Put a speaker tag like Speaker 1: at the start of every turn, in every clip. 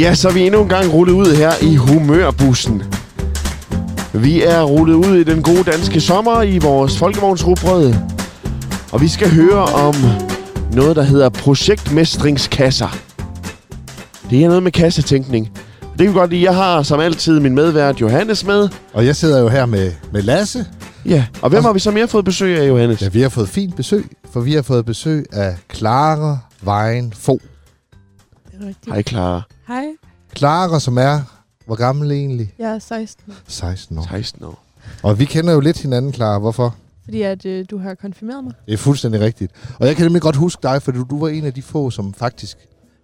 Speaker 1: Ja, så er vi endnu en gang rullet ud her i humørbussen. Vi er rullet ud i den gode danske sommer i vores folkevognsrubrød. Og vi skal høre om noget, der hedder projektmestringskasser. Det er noget med kassetænkning. Det kan vi godt lide. Jeg har som altid min medvært Johannes med.
Speaker 2: Og jeg sidder jo her med, med Lasse.
Speaker 1: Ja, og hvem har vi så mere fået besøg af, Johannes?
Speaker 2: Ja, vi har fået fint besøg, for vi har fået besøg af Clara Vejen Fo.
Speaker 3: Det er rigtigt.
Speaker 1: Hej, Clara.
Speaker 3: Hej.
Speaker 2: Clara, som er, hvor gammel egentlig?
Speaker 3: Jeg er 16,
Speaker 2: 16 år.
Speaker 1: 16 år.
Speaker 2: Og vi kender jo lidt hinanden, Clara. Hvorfor?
Speaker 3: fordi at, øh, du har konfirmeret mig.
Speaker 2: Det er fuldstændig rigtigt. Og jeg kan nemlig godt huske dig, for du, du var en af de få, som faktisk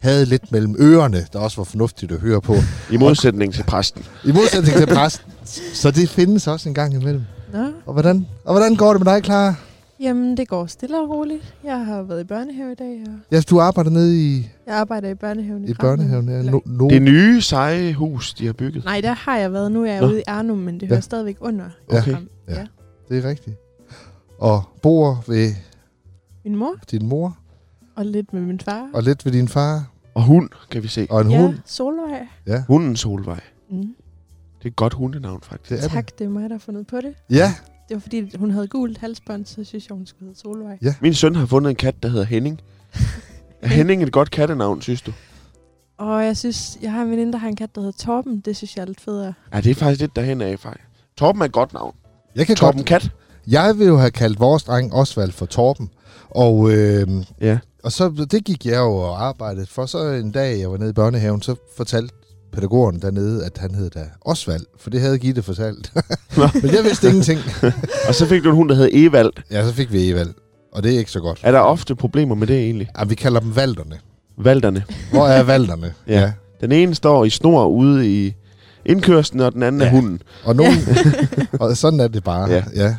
Speaker 2: havde lidt mellem ørerne, der også var fornuftigt at høre på.
Speaker 1: I modsætning til præsten.
Speaker 2: I modsætning til præsten. Så det findes også en gang imellem.
Speaker 3: Nå.
Speaker 2: Og hvordan, og hvordan går det med dig, Clara?
Speaker 3: Jamen, det går stille og roligt. Jeg har været i børnehave i dag, og
Speaker 2: Ja, du arbejder nede i,
Speaker 3: jeg arbejder i børnehaven i,
Speaker 2: i børnehaven. Ja, no, no.
Speaker 1: Det nye seje hus, de har bygget.
Speaker 3: Nej, der har jeg været. Nu er jeg
Speaker 1: Nå.
Speaker 3: Nå. ude i Arnum, men det
Speaker 2: Ja.
Speaker 3: hører stadigvæk under.
Speaker 2: Ja.
Speaker 1: Okay.
Speaker 3: Arnum.
Speaker 2: Ja.
Speaker 3: Ja.
Speaker 2: det er rigtigt. Og bor ved
Speaker 3: Min mor
Speaker 2: din mor,
Speaker 3: og lidt med min far.
Speaker 2: og lidt ved din far,
Speaker 1: Og hund, kan vi se.
Speaker 2: og en ja.
Speaker 3: ja,
Speaker 2: hund.
Speaker 3: Solvej.
Speaker 1: Hunden Solvej.
Speaker 3: Mm.
Speaker 1: Det er et godt hundenavn, faktisk.
Speaker 2: Det er
Speaker 3: Tak, det er mig, der har fundet på det.
Speaker 2: Det. Ja,
Speaker 3: Det var fordi, hun havde gult halsbånd, så synes jeg, hun skulle hedde Solvej.
Speaker 1: Min søn har fundet en kat, der hedder Henning. Er Henning et godt kattenavn, synes du?
Speaker 3: Og jeg synes, jeg har en veninde, der har en kat, der hedder Torben. Det synes jeg er lidt federe.
Speaker 1: Ja, det er faktisk lidt derhen af, faktisk. Torben er et godt navn.
Speaker 2: jeg kan
Speaker 1: Torben
Speaker 2: godt.
Speaker 1: Kat.
Speaker 2: Jeg vil jo have kaldt vores dreng Osvald for Torben. Og, øh,
Speaker 1: Ja.
Speaker 2: og så, det gik jeg jo og arbejdede for. Så en dag, jeg var nede i børnehaven, så fortalte pædagogen dernede, at han hed da Osvald, for det havde Gitte fortalt. Men jeg vidste ingenting.
Speaker 1: Og så fik du en hund, der hedder Evald.
Speaker 2: Ja, så fik vi Evald, og det er ikke så godt.
Speaker 1: Er der ofte problemer med det egentlig?
Speaker 2: Ja, vi kalder dem Valderne.
Speaker 1: Valderne.
Speaker 2: Hvor er Valderne?
Speaker 1: Ja. Den ene står i snor ude i indkørslen, og den anden ja. er
Speaker 2: Ja.
Speaker 1: hunden.
Speaker 2: Og, nogen, og sådan er det bare.
Speaker 1: Ja.
Speaker 2: ja.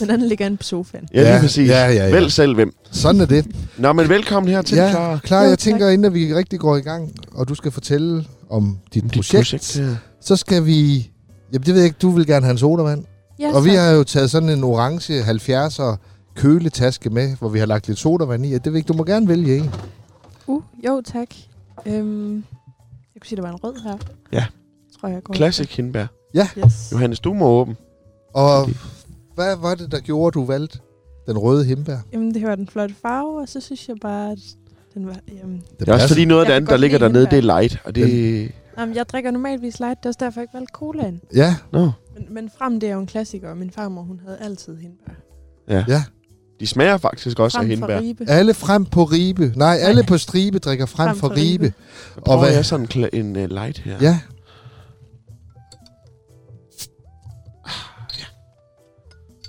Speaker 3: Den anden ligger inde på sofaen.
Speaker 1: Ja, lige præcis.
Speaker 2: Ja, ja, ja.
Speaker 1: Vælg selv hvem.
Speaker 2: Sådan er det.
Speaker 1: Nå, men velkommen her til,
Speaker 2: ja,
Speaker 1: Clara.
Speaker 2: klar.
Speaker 3: Jo,
Speaker 2: Jeg
Speaker 3: tak.
Speaker 2: tænker, inden vi rigtig går i gang, og du skal fortælle om dit,
Speaker 1: Dit
Speaker 2: projekt, projekt,
Speaker 1: ja.
Speaker 2: så skal vi... Jamen, det ved jeg ikke. Du vil gerne have en sodavand.
Speaker 3: Ja,
Speaker 2: og vi
Speaker 3: tak.
Speaker 2: har jo taget sådan en orange 70'er køletaske med, hvor vi har lagt lidt sodavand i. Ja, Det ved jeg ikke. Du må gerne vælge en.
Speaker 3: Uh, jo tak. Øhm, jeg kunne sige, der var en rød her.
Speaker 1: Ja.
Speaker 3: Tror jeg går.
Speaker 1: Classic Hindberg.
Speaker 3: Yes.
Speaker 1: Johannes, du må åbne.
Speaker 2: Og
Speaker 1: Okay.
Speaker 2: hvad var det, der gjorde, du valgte den røde himbær?
Speaker 3: Jamen, det var den flotte farve, og så synes jeg bare, at den var... øhm, Jamen,
Speaker 1: Det er også fordi noget af det
Speaker 3: Jeg kan
Speaker 1: andet, der
Speaker 3: godt
Speaker 1: ligger
Speaker 3: lide
Speaker 1: dernede, det er
Speaker 3: Hindberg.
Speaker 1: light. Og det...
Speaker 3: jamen, jeg drikker normalvis light, det er også derfor, jeg ikke valgte colaen.
Speaker 2: Ja,
Speaker 1: Nå.
Speaker 3: Men, men frem, det er jo en klassiker, og min farmor, hun havde altid hindbær.
Speaker 1: De smager faktisk også af
Speaker 3: Frem
Speaker 1: hindbær.
Speaker 3: for ribe.
Speaker 2: alle frem på ribe. Nej, alle på stribe drikker frem, frem for ribe.
Speaker 1: Og hvad
Speaker 2: hvad-
Speaker 1: er sådan en kla- en uh, light her?
Speaker 2: Ja.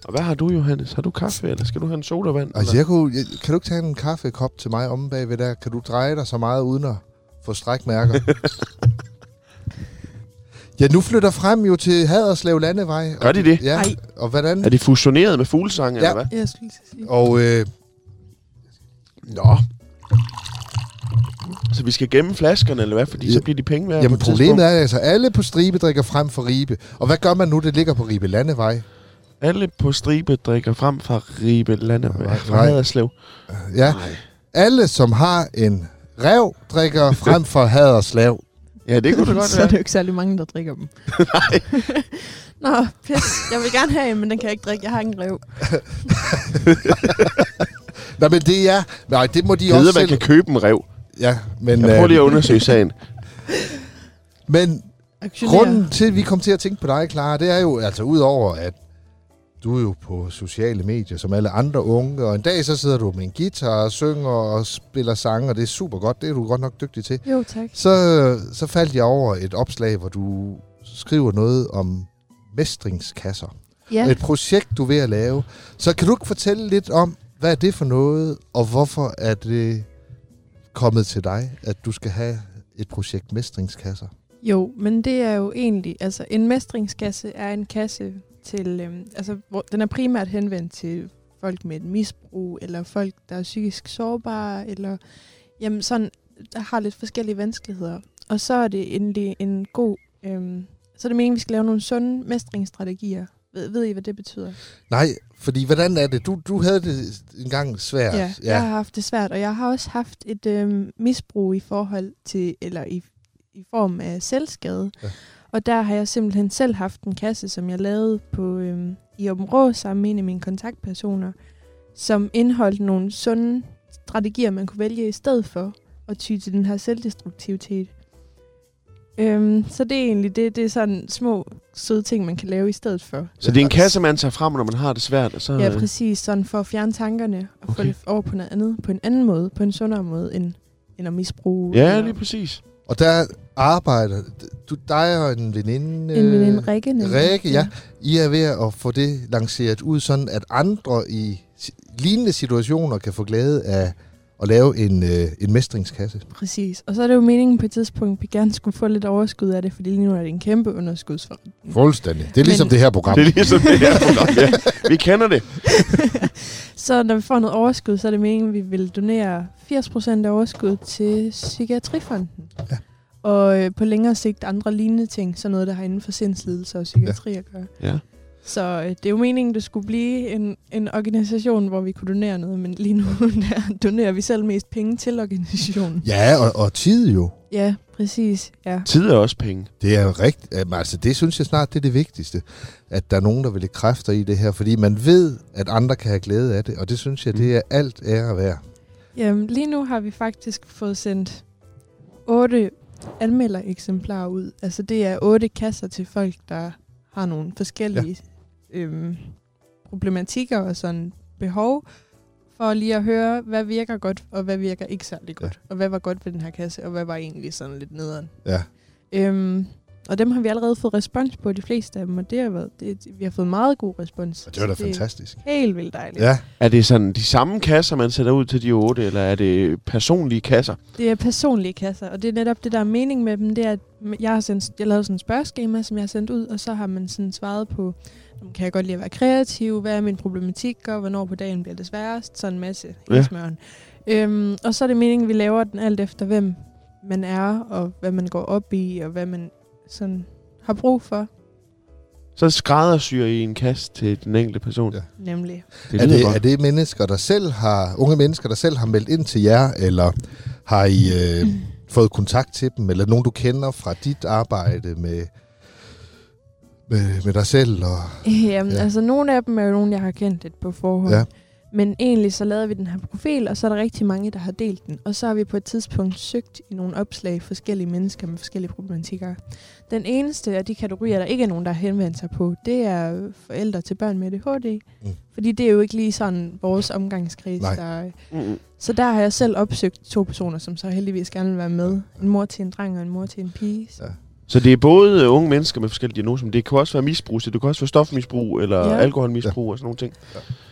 Speaker 1: Og hvad har du, Johannes? Har du kaffe, eller skal du have en sodavand?
Speaker 2: Altså,
Speaker 1: eller?
Speaker 2: jeg kunne, jeg, kan du ikke tage en kaffekop til mig omme bagved der? Kan du dreje dig så meget uden at få strækmærker? ja, nu flytter frem jo til Haderslev Landevej.
Speaker 1: Gør de det?
Speaker 2: Ja,
Speaker 3: Ej.
Speaker 2: og hvordan?
Speaker 1: Er det fusioneret med fuglesang, ja. eller hvad?
Speaker 3: Ja, Jeg skulle lige sige.
Speaker 2: Og øh,
Speaker 1: Nå. Så vi skal gemme flaskerne, eller hvad? Fordi så
Speaker 2: Ja.
Speaker 1: bliver de penge værd
Speaker 2: jamen,
Speaker 1: på et tidspunkt.
Speaker 2: problemet er altså, alle på Stribe drikker frem for Ribe. Og hvad gør man nu? Det ligger på Ribe Landevej.
Speaker 1: Alle på stribe drikker frem fra Ribe
Speaker 2: Nej,
Speaker 1: Landevej. Fra
Speaker 2: nej.
Speaker 1: Haderslev.
Speaker 2: Ja,
Speaker 1: Nej.
Speaker 2: alle som har en rev, drikker frem for Haderslev.
Speaker 1: Ja, det kunne det godt
Speaker 3: så er det
Speaker 1: være.
Speaker 3: jo ikke særlig mange, der drikker dem. Nej. Nå, pis. Jeg vil gerne have en, men den kan jeg ikke drikke. Jeg har ingen rev.
Speaker 2: Nej, men det er... Nej, det må de
Speaker 1: Jeg ved,
Speaker 2: også
Speaker 1: at man kan købe en rev.
Speaker 2: Ja, men... øh,
Speaker 1: Jeg prøver lige at undersøge sagen.
Speaker 2: men
Speaker 3: Aktionere.
Speaker 2: Grunden til, at vi kom til at tænke på dig, Clara, det er jo altså udover, at du er jo på sociale medier som alle andre unge, og en dag så sidder du med en guitar og synger og spiller sange, og det er super godt, det er du godt nok dygtig til.
Speaker 3: Jo, tak.
Speaker 2: Så, så faldt jeg over et opslag, hvor du skriver noget om mestringskasser.
Speaker 3: Ja.
Speaker 2: Et projekt, du er ved at lave. Så kan du ikke fortælle lidt om, hvad er det for noget, og hvorfor er det kommet til dig, at du skal have et projekt mestringskasser?
Speaker 3: Jo, men det er jo egentlig, altså en mestringskasse er en kasse til, øhm, altså hvor, den er primært henvendt til folk med et misbrug, eller folk, der er psykisk sårbare, eller jamen sådan, der har lidt forskellige vanskeligheder. Og så er det endelig en god, øhm, så er det meningen, at vi skal lave nogle sunde mestringsstrategier. Ved, ved I, hvad det betyder?
Speaker 2: Nej, fordi hvordan er det? Du, du havde det engang svært.
Speaker 3: Ja, jeg har haft det svært, og jeg har også haft et øhm, misbrug i forhold til, eller i i form af selvskade.
Speaker 2: Ja.
Speaker 3: Ja. Og der har jeg simpelthen selv haft en kasse, som jeg lavede på øhm, i Åben Rå sammen med en af mine kontaktpersoner, som indeholdt nogle sunde strategier, man kunne vælge i stedet for at ty til den her selvdestruktivitet. Øhm, så det er egentlig det, det er sådan små søde ting, man kan lave i stedet for.
Speaker 1: Så det er en kasse, man tager frem, når man har det svært. Og så,
Speaker 3: Ja, præcis. Sådan for at fjerne tankerne og okay.
Speaker 1: Øh. Okay.
Speaker 3: få det over på noget andet, på en anden måde, på en sundere måde, end, end at misbruge.
Speaker 1: ja,
Speaker 3: eller-
Speaker 1: lige præcis.
Speaker 2: Og der arbejder du, dig og en veninde,
Speaker 3: En veninde,
Speaker 2: øh,
Speaker 3: Rikke. nemlig.
Speaker 2: Rikke, ja. I er ved at få det lanceret ud, sådan at andre i si- lignende situationer kan få glæde af at lave en, øh, en mestringskasse.
Speaker 3: Præcis. Og så er det jo meningen på et tidspunkt, at vi gerne skulle få lidt overskud af det, fordi lige nu er det en kæmpe underskudsforretning.
Speaker 2: Fuldstændig. Det er ligesom
Speaker 3: Men-
Speaker 2: det her program.
Speaker 1: Det er ligesom det her. program, ja. Vi kender det.
Speaker 3: så når vi får noget overskud, så er det meningen, at vi vil donere 80% af overskud til Psykiatrifonden.
Speaker 2: Ja.
Speaker 3: Og øh, på længere sigt andre lignende ting, sådan noget, der har inden for sindslidelser og psykiatri at gøre.
Speaker 1: Ja.
Speaker 3: Så øh, det er jo meningen, det skulle blive en, en organisation, hvor vi kunne donere noget, men lige nu der donerer vi selv mest penge til organisationen.
Speaker 2: Ja, og, og tid jo.
Speaker 3: Ja, præcis. Ja.
Speaker 1: Tid er også penge.
Speaker 2: Det er jo rigt, jamen, altså det synes jeg snart, det er det vigtigste, at der er nogen, der vil lægge kræfter i det her, fordi man ved, at andre kan have glæde af det, og det synes jeg,
Speaker 1: Mm.
Speaker 2: det er alt ære værd.
Speaker 3: Jamen, lige nu har vi faktisk fået sendt otte anmeldereksemplarer ud. Altså, det er otte kasser til folk, der har nogle forskellige ja. øhm, problematikker og sådan behov, for lige at høre, hvad virker godt, og hvad virker ikke særlig
Speaker 2: Ja.
Speaker 3: godt. Ja. Og hvad var godt ved den her kasse, og hvad var egentlig sådan lidt nederen.
Speaker 2: Ja.
Speaker 3: Øhm, og dem har vi allerede fået respons på, de fleste af dem, og det har været, det, vi har fået meget god respons.
Speaker 2: Og det var da
Speaker 3: Så
Speaker 2: fantastisk.
Speaker 3: Helt vildt dejligt.
Speaker 2: Ja,
Speaker 1: Er det sådan de samme kasser, man sætter ud til de otte, eller er det personlige kasser?
Speaker 3: Det er personlige kasser, og det er netop det, der er mening med dem, det er, at jeg har sendt, jeg lavede sådan en spørgeskema, som jeg har sendt ud, og så har man sådan svaret på, "Nå, kan jeg godt lide at være kreativ, hvad er min problematik, og hvornår på dagen bliver det sværest, sådan en masse
Speaker 1: Ja.
Speaker 3: ja. smøren. Øhm, og så er det meningen, at vi laver den alt efter, hvem man er, og hvad man går op i, og hvad man sådan har brug for,
Speaker 1: Så skræddersyr i en kasse til den enkelte person.
Speaker 2: Ja.
Speaker 1: Ja.
Speaker 3: nemlig.
Speaker 1: Det
Speaker 2: er
Speaker 1: lyder
Speaker 2: det,
Speaker 1: godt.
Speaker 2: er det mennesker, der selv har, unge mennesker, der selv har meldt ind til jer, eller har I øh, fået kontakt til dem, eller nogen, du kender fra dit arbejde med, med, med dig selv? Og,
Speaker 3: Jamen,
Speaker 2: Ja.
Speaker 3: ja. altså nogle af dem er jo nogle, jeg har kendt lidt på forhånd.
Speaker 2: Ja.
Speaker 3: Ja. Men egentlig så lavede vi den her profil, og så er der rigtig mange, der har delt den. Og så har vi på et tidspunkt søgt i nogle opslag forskellige mennesker med forskellige problematikker. Den eneste af de kategorier, der ikke er nogen, der har henvendt sig på, det er forældre til børn med ADHD.
Speaker 2: Mm.
Speaker 3: Mm. Fordi det er jo ikke lige sådan vores omgangskreds,
Speaker 2: Nej.
Speaker 3: der
Speaker 1: Mm.
Speaker 3: så der har jeg selv opsøgt to personer, som så heldigvis gerne vil være med. En mor til en dreng og en mor til en pige. Så
Speaker 1: Så det er både øh, unge mennesker med forskellige diagnoser, men det kan også være misbrug, så det kan også være stofmisbrug eller ja.
Speaker 3: Ja.
Speaker 1: alkoholmisbrug og sådan nogle ting.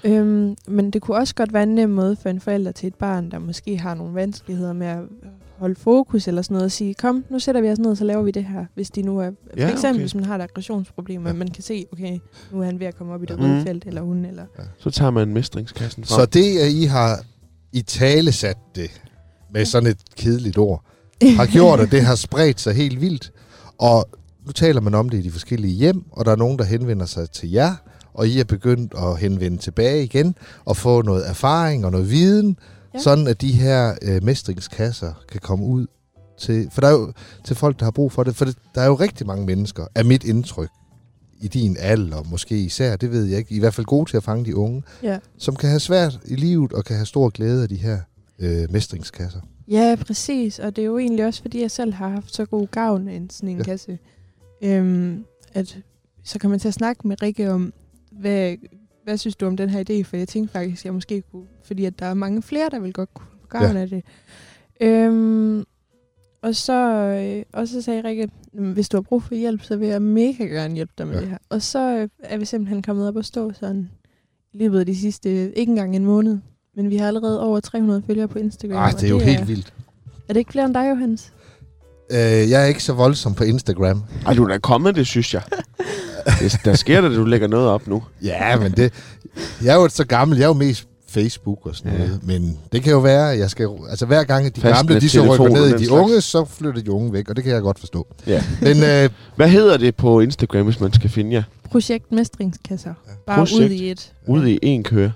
Speaker 3: Øhm, men det kunne også godt være en nem måde for en forælder til et barn, der måske har nogle vanskeligheder med at holde fokus eller sådan noget, at sige, kom, nu sætter vi os ned, og så laver vi det her. Hvis de nu er, for
Speaker 1: Ja,
Speaker 3: eksempel
Speaker 1: okay.
Speaker 3: hvis man har et aggressionsproblem,
Speaker 2: Ja.
Speaker 3: ja. man kan se, okay, nu er han ved at komme op i det
Speaker 1: Mm.
Speaker 3: røde felt, eller hun, eller...
Speaker 1: Så tager man mestringskassen frem.
Speaker 2: så det, at I har i tale sat det med sådan et kedeligt ord, har gjort, at det har spredt sig helt vildt. Og nu taler man om det i de forskellige hjem, og der er nogen, der henvender sig til jer, og I er begyndt at henvende tilbage igen, og få noget erfaring og noget viden, ja.
Speaker 3: Ja.
Speaker 2: sådan at de her øh, mestringskasser kan komme ud til, for der er jo, til folk, der har brug for det. For det, der er jo rigtig mange mennesker, er mit indtryk, i din alder, måske især, det ved jeg ikke, i hvert fald gode til at fange de unge,
Speaker 3: ja.
Speaker 2: som kan have svært i livet og kan have stor glæde af de her øh, mestringskasser.
Speaker 3: ja, præcis. Og det er jo egentlig også, fordi jeg selv har haft så god gavn af en- sådan en
Speaker 2: Ja.
Speaker 3: ja. kasse, øhm, at så kan man til at snakke med Rikke om, hvad, hvad synes du om den her idé? For jeg tænkte faktisk, at jeg måske kunne, fordi at der er mange flere, der vil godt kunne få gavn ja. af det. Øhm, og, så, øh, og så sagde Rikke, "Jamen, hvis du har brug for hjælp, så vil jeg mega gerne hjælpe dig med
Speaker 2: Ja.
Speaker 3: ja. det her. Og så øh, er vi simpelthen kommet op og stå sådan i løbet af de sidste, ikke engang en måned, men vi har allerede over 300 følgere på Instagram.
Speaker 2: Ej,
Speaker 3: og
Speaker 2: det er jo helt vildt.
Speaker 3: Er det ikke flere end dig, Johannes?
Speaker 2: Øh, jeg er ikke så voldsom på Instagram.
Speaker 1: Ej, du er da kommet, det synes jeg. det, der sker det, at du lægger noget op nu.
Speaker 2: Ja, men det... Jeg er jo så gammel, jeg er jo mest Facebook og sådan
Speaker 1: Ja.
Speaker 2: noget. Men det kan jo være, at jeg skal... Altså hver gang, at de
Speaker 1: Fastnet
Speaker 2: gamle, de så rykker
Speaker 1: telefon og
Speaker 2: ned i
Speaker 1: den
Speaker 2: de
Speaker 1: slags.
Speaker 2: unge, så flytter de unge væk, og det kan jeg godt forstå.
Speaker 1: Ja.
Speaker 2: Men øh,
Speaker 1: Hvad hedder det på Instagram, hvis man skal finde jer?
Speaker 3: Projekt Mestringskasser.
Speaker 2: Ja.
Speaker 3: Bare ud
Speaker 1: Projekt.
Speaker 3: i et.
Speaker 1: Ude i en køre.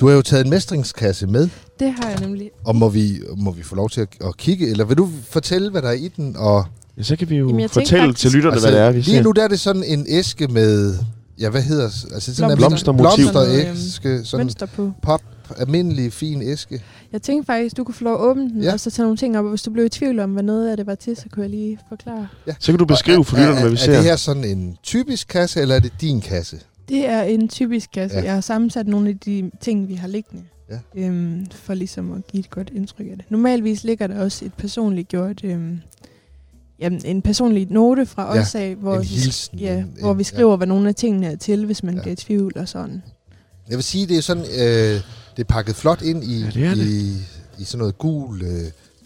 Speaker 2: du har jo taget en mestringskasse med,
Speaker 3: Det har jeg nemlig.
Speaker 2: og må vi, må vi få lov til at, at kigge? Eller vil du fortælle, hvad der er i den, og
Speaker 1: Ja, så kan vi jo
Speaker 3: Jamen,
Speaker 1: Jamen,
Speaker 3: jeg tænkte
Speaker 1: fortælle
Speaker 3: faktisk-
Speaker 1: til lytterne, altså, hvad det er, vi
Speaker 2: lige
Speaker 1: ser.
Speaker 2: nu der er det sådan en æske med... Ja, hvad hedder... Altså sådan en
Speaker 1: Blomster. Blomstermotiv.
Speaker 2: blomsteræske, sådan en
Speaker 3: mønster på.
Speaker 2: pop, almindelig, fin æske.
Speaker 3: Jeg tænkte faktisk, du kunne få lov at åbne den,
Speaker 2: Ja.
Speaker 3: ja. og så tage nogle ting op, og hvis du blev i tvivl om, hvad noget af det var til, så kunne jeg lige forklare.
Speaker 1: Så kan du beskrive for
Speaker 2: Er-
Speaker 1: lytterne, hvad vi
Speaker 2: er, Er det
Speaker 1: ser.
Speaker 2: her sådan en typisk kasse, eller er det din kasse?
Speaker 3: Det er en typisk kasse.
Speaker 2: Ja.
Speaker 3: Ja. Jeg har sammensat nogle af de ting, vi har liggende,
Speaker 2: Ja.
Speaker 3: øhm, for ligesom at give et godt indtryk af det. Normalvis ligger der også et personligt gjort, øhm, jamen, en personlig note fra
Speaker 2: Ja,
Speaker 3: os af, hvor,
Speaker 2: en
Speaker 3: vi-
Speaker 2: hilsen,
Speaker 3: ja,
Speaker 2: en-
Speaker 3: hvor
Speaker 2: en-
Speaker 3: vi skriver, ja. hvad nogle af tingene er til, hvis man
Speaker 2: Ja.
Speaker 3: ja. bliver i tvivl og sådan.
Speaker 2: Jeg vil sige, det er sådan... Øh, det er pakket flot ind i,
Speaker 1: Ja, det er det.
Speaker 2: i, i sådan noget gul... Øh,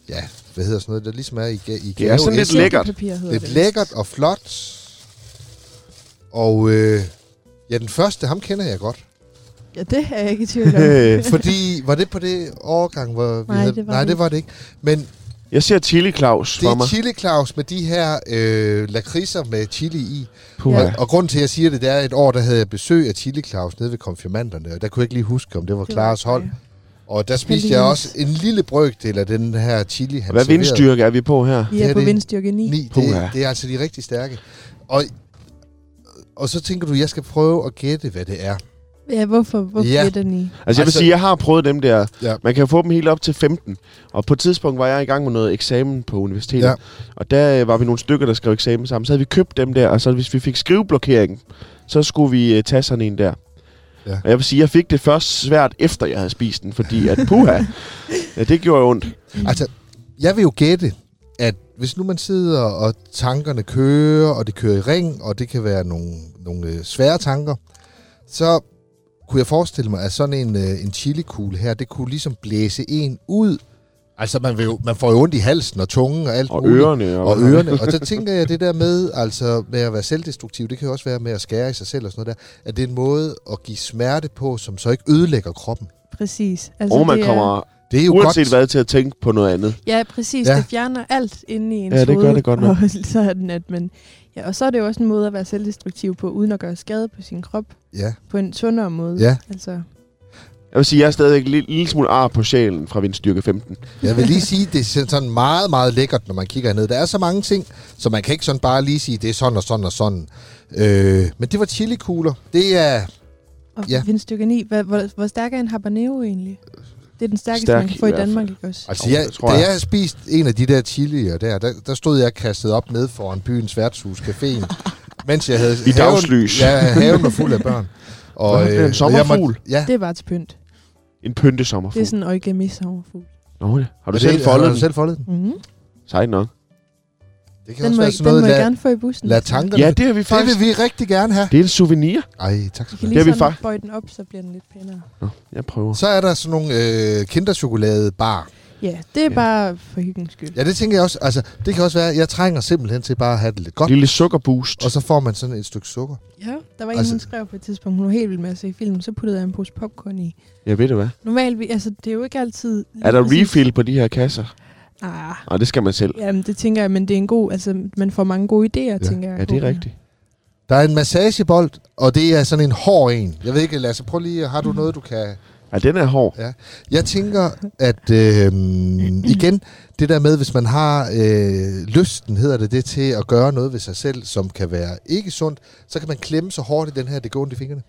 Speaker 2: ja, hvad hedder sådan noget, der ligesom er i, ga- i
Speaker 1: Det er sådan lidt
Speaker 2: gaveæsken.
Speaker 1: lækkert.
Speaker 3: Silkepapir hedder
Speaker 2: Lidt
Speaker 3: det.
Speaker 2: lækkert og flot. Og øh, ja, den første, ham kender jeg godt.
Speaker 3: Ja, det er jeg ikke i tvivl om.
Speaker 1: Øh,
Speaker 2: Fordi, var det på det årgang, hvor vi
Speaker 3: Nej,
Speaker 2: havde...
Speaker 3: det var
Speaker 2: Nej,
Speaker 3: det
Speaker 2: det var det ikke. Men
Speaker 1: jeg ser Chili Claus
Speaker 2: det
Speaker 1: for
Speaker 2: er
Speaker 1: mig.
Speaker 2: Chili Claus med de her øh, lakridser med chili i.
Speaker 1: Puha.
Speaker 2: Ja. Og grunden til, at jeg siger det, det er, at et år, der havde jeg besøg af Chili Claus nede ved konfirmanderne, og der kunne jeg ikke lige huske, om det var
Speaker 3: Det var
Speaker 2: Klares
Speaker 3: ikke
Speaker 2: hold.
Speaker 3: mig.
Speaker 2: Og der spiste jeg
Speaker 3: Heldigvis.
Speaker 2: også en lille brøkdel af den her chili, han
Speaker 1: Hvad
Speaker 2: serverede.
Speaker 1: vindstyrke er vi på her?
Speaker 3: Vi
Speaker 2: Det her,
Speaker 3: er på
Speaker 2: det er en-
Speaker 3: vindstyrke 9.
Speaker 2: 9,
Speaker 1: Puha.
Speaker 2: det, det er altså de rigtig stærke. Og, og så tænker du, jeg skal prøve at gætte, hvad det er.
Speaker 3: Ja, hvorfor, hvorfor
Speaker 2: Ja.
Speaker 3: ja. er den 9?
Speaker 1: Altså, jeg vil
Speaker 2: Altså-
Speaker 1: sige, jeg har prøvet dem der.
Speaker 2: Ja.
Speaker 1: Man kan jo få dem helt op til 15. Og på et tidspunkt var jeg i gang med noget eksamen på universitetet.
Speaker 2: Ja.
Speaker 1: Ja. Og der øh, var vi nogle stykker, der skrev eksamen sammen. Så havde vi købt dem der, og så hvis vi fik skriveblokeringen, så skulle vi øh, tage sådan en der.
Speaker 2: Ja.
Speaker 1: Ja. Og jeg vil sige, jeg fik det først svært, efter jeg havde spist den, fordi at puha, ja, det gjorde ondt.
Speaker 2: Altså, jeg vil jo gætte, at hvis nu man sidder, og tankerne kører, og det kører i ring, og det kan være nogle, nogle øh, svære tanker, så kunne jeg forestille mig, at sådan en, øh, en chilikugle her, det kunne ligesom blæse en ud. Altså, man, vil jo, man får jo ondt i halsen og tungen og alt
Speaker 1: Og
Speaker 2: muligt.
Speaker 1: ørerne.
Speaker 2: Og ørerne. Og så tænker jeg, det der med, altså med at være selvdestruktiv, det kan jo også være med at skære i sig selv og sådan noget der, at det er en måde at give smerte på, som så ikke ødelægger kroppen.
Speaker 3: Præcis. Altså,
Speaker 1: Og man
Speaker 3: det er-
Speaker 1: kommer
Speaker 2: Det er jo
Speaker 1: uanset
Speaker 2: godt.
Speaker 1: hvad til at tænke på noget andet.
Speaker 3: Ja, præcis.
Speaker 2: Ja.
Speaker 3: Ja. Det fjerner alt inde i ens
Speaker 1: Ja, det gør
Speaker 3: hoved,
Speaker 1: det godt nok.
Speaker 3: Og sådan, at man, ja, og så er det jo også en måde at være selvdestruktiv på, uden at gøre skade på sin krop
Speaker 2: Ja,
Speaker 3: på en sundere måde.
Speaker 2: ja.
Speaker 3: Altså,
Speaker 1: Jeg vil sige, jeg er stadigvæk en lille, lille smule ar på sjælen fra vindstyrke 15.
Speaker 2: Jeg vil lige sige, det er sådan meget, meget lækkert, når man kigger ned. Der er så mange ting, så man kan ikke sådan bare lige sige, det er sådan og sådan og sådan. Øh, men det var chilikugler. Det er...
Speaker 3: og
Speaker 2: Ja.
Speaker 3: ja. vindstykke 9. Hvor, hvor, hvor stærk er en habanero egentlig? Det er den stærkeste,
Speaker 1: Stærk
Speaker 3: Stærk,
Speaker 1: i
Speaker 3: man kan få i
Speaker 1: hvert fald.
Speaker 3: Danmark, ikke også?
Speaker 2: Altså,
Speaker 1: Åh,
Speaker 2: jeg,
Speaker 1: det tror
Speaker 2: da
Speaker 1: jeg.
Speaker 2: jeg havde spist en af de der chilier der, der, der stod jeg kastet op ned foran byens værtshus, caféen, mens jeg havde...
Speaker 1: I dagslys.
Speaker 2: Ja, haven var fuld af børn.
Speaker 1: Hvad er det, en
Speaker 2: og
Speaker 1: sommerfugl?
Speaker 2: jeg måtte- ja,
Speaker 3: Det er bare til pynt.
Speaker 1: En pynte sommerfugl.
Speaker 3: Det er sådan en origami sommerfugl.
Speaker 1: Nå, ja. Har du
Speaker 2: Og
Speaker 1: selv
Speaker 2: det-
Speaker 1: foldet
Speaker 2: Har du
Speaker 1: den?
Speaker 2: selv foldet den?
Speaker 3: Mm-hmm.
Speaker 1: Sejt nok.
Speaker 2: Det kan
Speaker 3: Den
Speaker 2: også
Speaker 3: må,
Speaker 2: være
Speaker 3: jeg,
Speaker 2: sådan
Speaker 3: den
Speaker 2: noget,
Speaker 3: må jeg
Speaker 2: lad,
Speaker 3: gerne få i bussen.
Speaker 2: lad
Speaker 3: hvis man-
Speaker 2: tankerne...
Speaker 1: Ja, det har vi
Speaker 2: det
Speaker 1: faktisk.
Speaker 2: vil vi rigtig gerne have.
Speaker 1: Det er en souvenir.
Speaker 2: Ej, tak
Speaker 3: Jeg
Speaker 2: skal
Speaker 3: kan
Speaker 2: du
Speaker 1: Det
Speaker 3: lige
Speaker 1: er vi
Speaker 3: sådan
Speaker 1: fa-
Speaker 3: bøje den op, så bliver den lidt pænere.
Speaker 1: Nå, jeg prøver.
Speaker 2: have. Så er der sådan nogle øh, kinderchokoladebar.
Speaker 3: Ja, det er
Speaker 1: Ja.
Speaker 3: bare for hyggens skyld.
Speaker 2: Ja, det tænker jeg også. Altså, det kan også være, at jeg trænger simpelthen til bare at have det lidt godt.
Speaker 1: Lille sukkerboost.
Speaker 2: Og så får man sådan et stykke sukker.
Speaker 3: Ja, der var
Speaker 2: Altså-
Speaker 3: en, altså, hun skrev på et tidspunkt, hun var helt vild med at se film, så puttede jeg en pose popcorn i.
Speaker 1: Ja, ved du hvad?
Speaker 3: Normalt, vi- altså det er jo ikke altid...
Speaker 1: Er der refill på de her kasser?
Speaker 3: Ah,
Speaker 1: Nej, det skal man selv.
Speaker 3: jamen det tænker jeg, men det er en god, altså man får mange gode idéer,
Speaker 2: Ja,
Speaker 3: tænker jeg.
Speaker 1: Ja, det er rigtigt.
Speaker 2: Der er en massagebold, og det er sådan en hård en. Jeg ved ikke, Lasse, prøv lige, har du noget, du kan...
Speaker 1: Ja, den er hård.
Speaker 2: Jeg tænker, at øh, igen, det der med, hvis man har øh, lysten, hedder det det, til at gøre noget ved sig selv, som kan være ikke sundt, så kan man klemme så hårdt i den her, det går ondt i fingrene.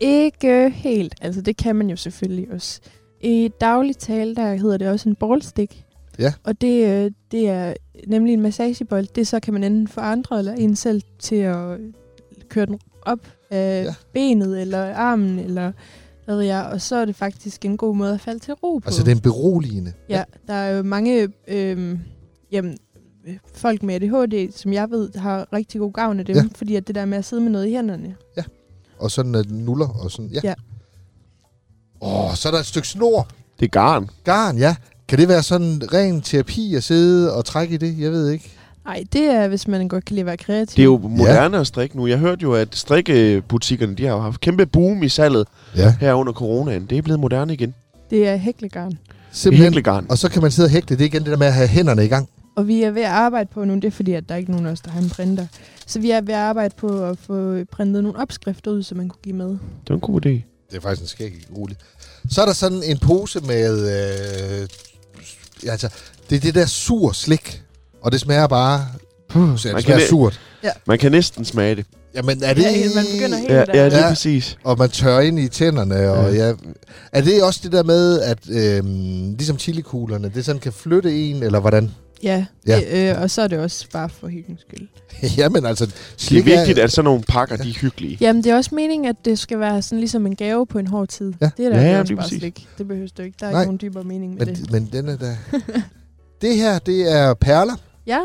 Speaker 3: Ikke helt, altså det kan man jo selvfølgelig også. I daglig tale, der hedder det også en ballstik.
Speaker 2: Ja.
Speaker 3: Og det, øh, det er nemlig en massagebold. Det så kan man enten få andre eller en selv til at køre den op af
Speaker 2: Ja.
Speaker 3: ja. benet eller armen eller hvad ved jeg. Og så er det faktisk en god måde at falde til ro på.
Speaker 2: Altså, det er en beroligende.
Speaker 3: Ja, der er jo mange øhm, jamen, øh, folk med ADHD, som jeg ved, har rigtig god gavn af dem,
Speaker 2: Ja.
Speaker 3: ja. fordi at det der med at sidde med noget i hænderne.
Speaker 2: Og sådan øh, nuller og sådan, ja.
Speaker 3: Ja.
Speaker 2: Åh, så er der et stykke snor.
Speaker 1: Det er garn.
Speaker 2: Garn, ja. Kan det være sådan ren terapi at sidde og trække i det? Jeg ved ikke.
Speaker 3: Nej, det er, hvis man godt kan lide at være kreativ.
Speaker 1: Det er jo moderne at strikke nu. Jeg hørte jo, at strikkebutikkerne, de har jo haft kæmpe boom i salget
Speaker 2: Ja.
Speaker 1: her under coronaen. Det er blevet moderne igen. det
Speaker 3: det er hæklegarn.
Speaker 1: er
Speaker 2: Simpelthen.
Speaker 1: Virkelig garn.
Speaker 2: Og så kan man sidde og hægte. Det er igen det der med at have hænderne i gang.
Speaker 3: Og vi er ved at arbejde på nu, det er fordi, at der er ikke nogen af os, der har en printer. Så vi er ved at arbejde på at få printet nogle opskrifter ud, som man kunne give med.
Speaker 1: Det er en god idé.
Speaker 2: Det er faktisk en skæg rolig. Så er der sådan en pose med... Øh, ja, altså, det er det der sur slik. Og det smager bare Puh, så er
Speaker 1: Man
Speaker 2: det
Speaker 1: kan
Speaker 2: smager
Speaker 1: det-
Speaker 2: surt.
Speaker 1: Man kan næsten smage det.
Speaker 2: Jamen, er det...
Speaker 3: Ja, man begynder helt
Speaker 1: Ja,
Speaker 3: der.
Speaker 1: ja lige
Speaker 2: Ja.
Speaker 1: præcis.
Speaker 2: og man tør ind i tænderne. Og ja. Er det også det der med, at øhm, ligesom chilikuglerne, det sådan kan flytte en, eller hvordan?
Speaker 3: Ja,
Speaker 2: Ja.
Speaker 3: ja. Øh, og så er det også bare for hyggens skyld.
Speaker 2: Jamen altså,
Speaker 1: Det
Speaker 2: slik
Speaker 1: er vigtigt,
Speaker 2: er,
Speaker 1: at sådan nogle pakker, de er hyggelige.
Speaker 3: Jamen, det er også meningen, at det skal være sådan ligesom en gave på en hård tid.
Speaker 2: Ja.
Speaker 3: Det er
Speaker 1: Ja,
Speaker 3: der
Speaker 1: ja,
Speaker 3: ja, også
Speaker 1: lige
Speaker 3: bare
Speaker 1: præcis.
Speaker 3: slik. Det behøver du ikke. Der er
Speaker 2: Nej.
Speaker 3: ikke nogen dybere mening med
Speaker 2: men,
Speaker 3: det.
Speaker 2: men den er da... det her, det er perler.
Speaker 3: Ja,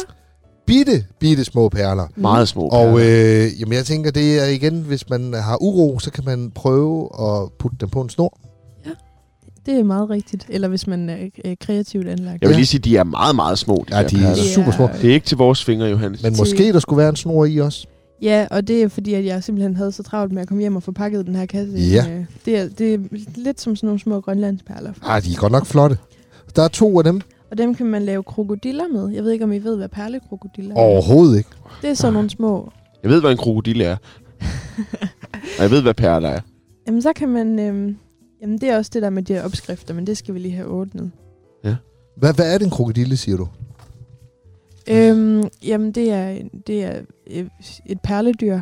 Speaker 2: Bitte, bitte små perler.
Speaker 1: Meget små
Speaker 2: Og
Speaker 1: perler.
Speaker 2: øh, jamen, jeg tænker, det er igen, hvis man har uro, så kan man prøve at putte dem på en snor.
Speaker 3: det er meget rigtigt. Eller hvis man er øh, kreativt anlagt.
Speaker 1: Jeg vil
Speaker 2: ja.
Speaker 1: lige sige, at de er meget, meget små, de
Speaker 2: Ja,
Speaker 1: der
Speaker 2: de
Speaker 1: perler.
Speaker 2: er super små.
Speaker 1: Det er ikke til vores fingre, Johannes.
Speaker 2: Men
Speaker 3: Det-
Speaker 2: måske der skulle være en snor i også.
Speaker 3: Ja, og det er fordi, at jeg simpelthen havde så travlt med at komme hjem og få pakket den her kasse.
Speaker 2: Ja.
Speaker 3: Øh, Det er, det er lidt som sådan nogle små grønlandsperler.
Speaker 2: Ah, de er godt nok flotte. Der er to af dem.
Speaker 3: Og dem kan man lave krokodiller med. Jeg ved ikke, om I ved, hvad perlekrokodiller er.
Speaker 2: Overhovedet ikke.
Speaker 3: Det er sådan nogle små.
Speaker 1: Jeg ved, hvad en krokodil er. Og jeg ved, hvad perler er.
Speaker 3: Jamen, så kan man... Øhm, jamen, det er også det der med de her opskrifter, men det skal vi lige have åbnet.
Speaker 2: Hvad, hvad er det en krokodille, siger du?
Speaker 3: Øhm, jamen, det er, en- det er øh, et perledyr.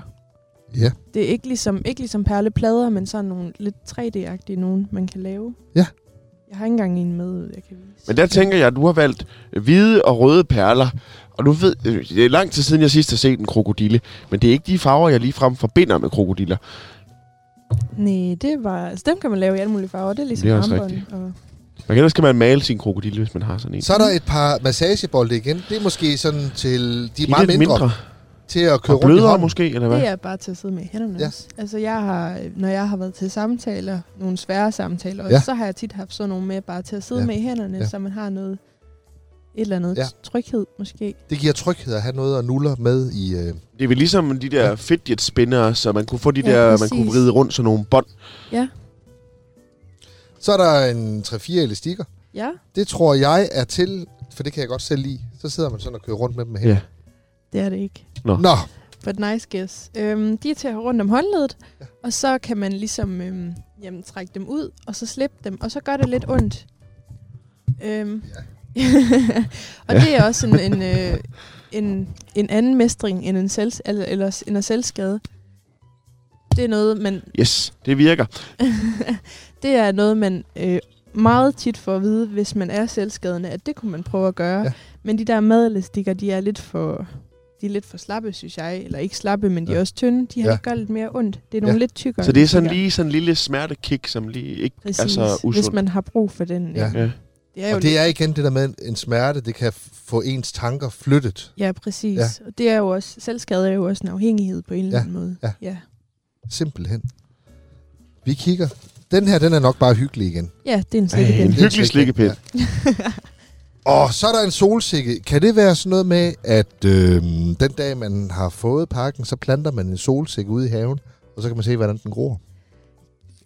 Speaker 2: Ja.
Speaker 3: Det er ikke ligesom, ikke ligesom perleplader, men sådan nogle lidt 3D-agtige nogen, man kan lave.
Speaker 2: Ja.
Speaker 3: Jeg har ikke engang en med, ud, jeg kan vise.
Speaker 1: Men der tænker jeg, at du har valgt hvide og røde perler. Og du ved, øh, det er lang tid siden, jeg sidst har set en krokodille. Men det er ikke de farver, jeg ligefrem forbinder med krokodiller.
Speaker 3: Nej, det var... Altså, dem kan man lave i alle mulige farver. Det er ligesom
Speaker 1: Det er også
Speaker 3: armbånd. Og,
Speaker 1: Men ellers kan man male sin krokodille, hvis man har sådan en.
Speaker 2: Så er der et par massagebolde igen. Det er måske sådan til... De er,
Speaker 1: de
Speaker 2: meget
Speaker 1: lidt
Speaker 2: mindre, mindre til at køre
Speaker 1: og
Speaker 2: rundt i
Speaker 1: blødere
Speaker 2: hånden.
Speaker 1: måske, eller hvad?
Speaker 3: det er bare til at sidde med i hænderne
Speaker 2: Ja.
Speaker 3: ja. også. Altså, jeg har, når jeg har været til samtaler, nogle svære samtaler også,
Speaker 2: Ja.
Speaker 3: ja. så har jeg tit haft sådan nogle med bare til at sidde
Speaker 2: Ja.
Speaker 3: ja. med i hænderne,
Speaker 2: Ja.
Speaker 3: ja. så man har noget... Et eller andet
Speaker 2: Ja.
Speaker 3: ja. tryghed, måske.
Speaker 2: Det giver tryghed at have noget at nuller med i... Øh.
Speaker 1: Det er vel ligesom de
Speaker 2: Ja.
Speaker 1: der fidget spinnere, så man kunne få de
Speaker 3: Ja,
Speaker 1: der, man
Speaker 3: præcis.
Speaker 1: kunne vride rundt sådan nogle bånd.
Speaker 2: Så er der en 3-4 elastikker.
Speaker 3: Ja,
Speaker 2: Det tror jeg er til, for det kan jeg godt selv lide. Så sidder man sådan og kører rundt med dem hen.
Speaker 1: Ja.
Speaker 3: det er det ikke.
Speaker 1: Nå.
Speaker 2: Nå,
Speaker 3: But nice guess. Øhm, de er til at have rundt om håndledet, ja. og så kan man ligesom øhm, jamen, trække dem ud, og så slippe dem, og så gør det lidt ondt. Øhm. og
Speaker 1: Ja.
Speaker 3: det er også en, en, øh, en, en anden mestring end en, selv, eller, eller, end en selvskade. Det er noget, man,
Speaker 1: Yes, det virker.
Speaker 3: det er noget, man øh, meget tit får at vide, hvis man er selvskadende, at det kunne man prøve at gøre.
Speaker 2: Ja.
Speaker 3: Ja. Men de der madelastikker, de er lidt for de er lidt for slappe, synes jeg. Eller ikke slappe, men de
Speaker 2: Ja.
Speaker 3: er også tynde. De har
Speaker 2: Ja.
Speaker 3: ja. gør lidt mere ondt. Det er nogle
Speaker 2: Ja.
Speaker 3: ja. lidt tykkere.
Speaker 1: Så det er sådan
Speaker 3: elastikker.
Speaker 1: lige sådan en lille smertekick, som lige ikke øh,
Speaker 3: Præcis,
Speaker 1: er så
Speaker 3: hvis
Speaker 1: usund.
Speaker 3: man har brug for den.
Speaker 2: altså Ja.
Speaker 3: Ja.
Speaker 1: Ja.
Speaker 3: Det er jo
Speaker 2: og det
Speaker 3: lidt-
Speaker 2: er igen det der med en- en smerte. Det kan f- få ens tanker flyttet.
Speaker 3: ja, præcis.
Speaker 2: Ja.
Speaker 3: Ja. Og det er jo også, selvskade er jo også en afhængighed på en eller
Speaker 2: Ja,
Speaker 3: anden måde.
Speaker 2: ja.
Speaker 3: ja.
Speaker 2: Simpelthen. Vi kigger. Den her, den er nok bare hyggelig igen.
Speaker 3: ja det er en
Speaker 1: Ej, en
Speaker 3: slik
Speaker 1: hyggelig slikkepind.
Speaker 2: Ja. Og så er der en solsikke. Kan det være sådan noget med, at øh, den dag, man har fået pakken, så planter man en solsikke ude i haven, og så kan man se, hvordan den gror?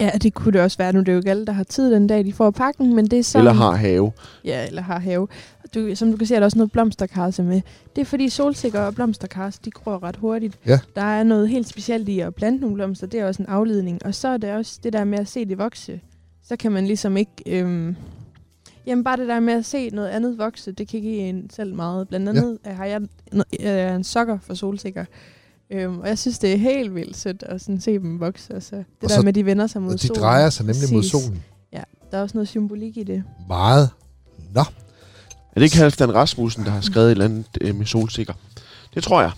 Speaker 3: Ja, det kunne det også være. Nu er det jo ikke alle, der har tid den dag, de får pakken, men det er sådan...
Speaker 1: Eller har have.
Speaker 3: Ja, eller har have. Du, som du kan se, er der også noget blomsterkarse med. Det er fordi solsikker og blomsterkarse, de gror ret hurtigt.
Speaker 2: Ja.
Speaker 3: Der er noget helt specielt i at plante nogle blomster, det er også en afledning. Og så er det også det der med at se det vokse. Så kan man ligesom ikke... Øhm, jamen bare det der med at se noget andet vokse, det kan give en selv meget. Blandt
Speaker 2: Ja.
Speaker 3: andet ja. har jeg en, jeg er en sokker for solsikker. Øhm, og jeg synes, det er helt vildt sødt at sådan se dem vokse. Og så det
Speaker 2: Og
Speaker 3: der
Speaker 2: så-
Speaker 3: med, at de vender sig mod
Speaker 2: Og de
Speaker 3: solen.
Speaker 2: drejer sig nemlig mod
Speaker 3: Præcis.
Speaker 2: solen.
Speaker 3: Der er også noget symbolik i det.
Speaker 2: Meget. Nå,
Speaker 1: Er det ikke Halfdan Rasmussen, der har skrevet et eller andet øh, med solsikker? Det tror jeg.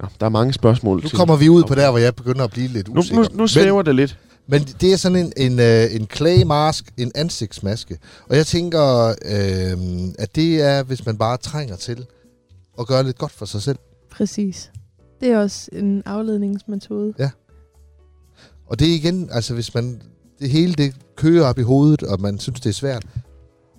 Speaker 1: Nå, der er mange spørgsmål
Speaker 2: nu
Speaker 1: til.
Speaker 2: kommer vi ud på der, hvor jeg begynder at blive lidt
Speaker 1: nu,
Speaker 2: usikker.
Speaker 1: nu, nu svæver det lidt.
Speaker 2: Men, men det er sådan en, en, øh, en clay mask, en ansigtsmaske. Og jeg tænker, øh, at det er, hvis man bare trænger til at gøre lidt godt for sig selv.
Speaker 3: Præcis. Det er også en afledningsmetode.
Speaker 2: Og det er igen, altså hvis man det hele det kører op i hovedet, og man synes, det er svært,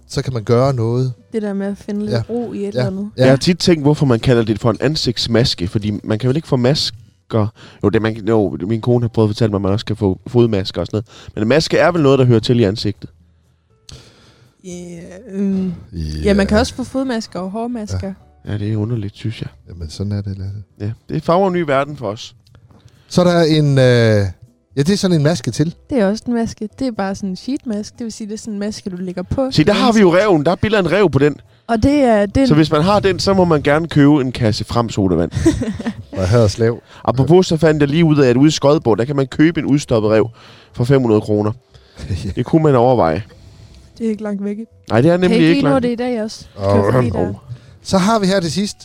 Speaker 2: så kan man gøre noget.
Speaker 3: Det der med at finde lidt
Speaker 2: Ja.
Speaker 3: ja. ro i et eller andet.
Speaker 1: Ja. Jeg har tit tænkt, hvorfor man kalder det for en ansigtsmaske, fordi man kan jo ikke få masker. Jo, det man, jo, min kone har prøvet at fortælle mig, at man også kan få fodmasker og sådan noget. Men en maske er vel noget, der hører til i ansigtet.
Speaker 3: Yeah, øhm, ja, man kan også få fodmasker og hårmasker. Ja.
Speaker 1: Ja, det er underligt, synes jeg.
Speaker 2: Jamen, sådan er det, Lasse.
Speaker 1: Ja, det er farver en ny verden for os.
Speaker 2: Så er der en øh, Ja, det er sådan en maske til.
Speaker 3: Det er også en maske. Det er bare sådan en sheetmask. Det vil sige, det er sådan en maske, du lægger på.
Speaker 1: Se, der har vi jo reven. Der er billeder af en rev på den.
Speaker 3: Og det er... Det er
Speaker 1: Så hvis man har den, så må man gerne købe en kasse frem sodavand.
Speaker 2: Og jeg havde slav.
Speaker 1: Apropos, så fandt jeg lige ud af, at ude i Skodborg, der kan man købe en udstoppet rev for 500 kroner. Det kunne man overveje.
Speaker 3: det er ikke langt væk.
Speaker 1: Nej, det er
Speaker 3: Kan I
Speaker 1: nemlig
Speaker 3: ikke
Speaker 1: ikke
Speaker 3: lige nå
Speaker 1: langt.
Speaker 3: det i dag også?
Speaker 2: Åh,
Speaker 3: Køb fordi
Speaker 1: åh.
Speaker 3: der-
Speaker 2: Så har vi her til sidst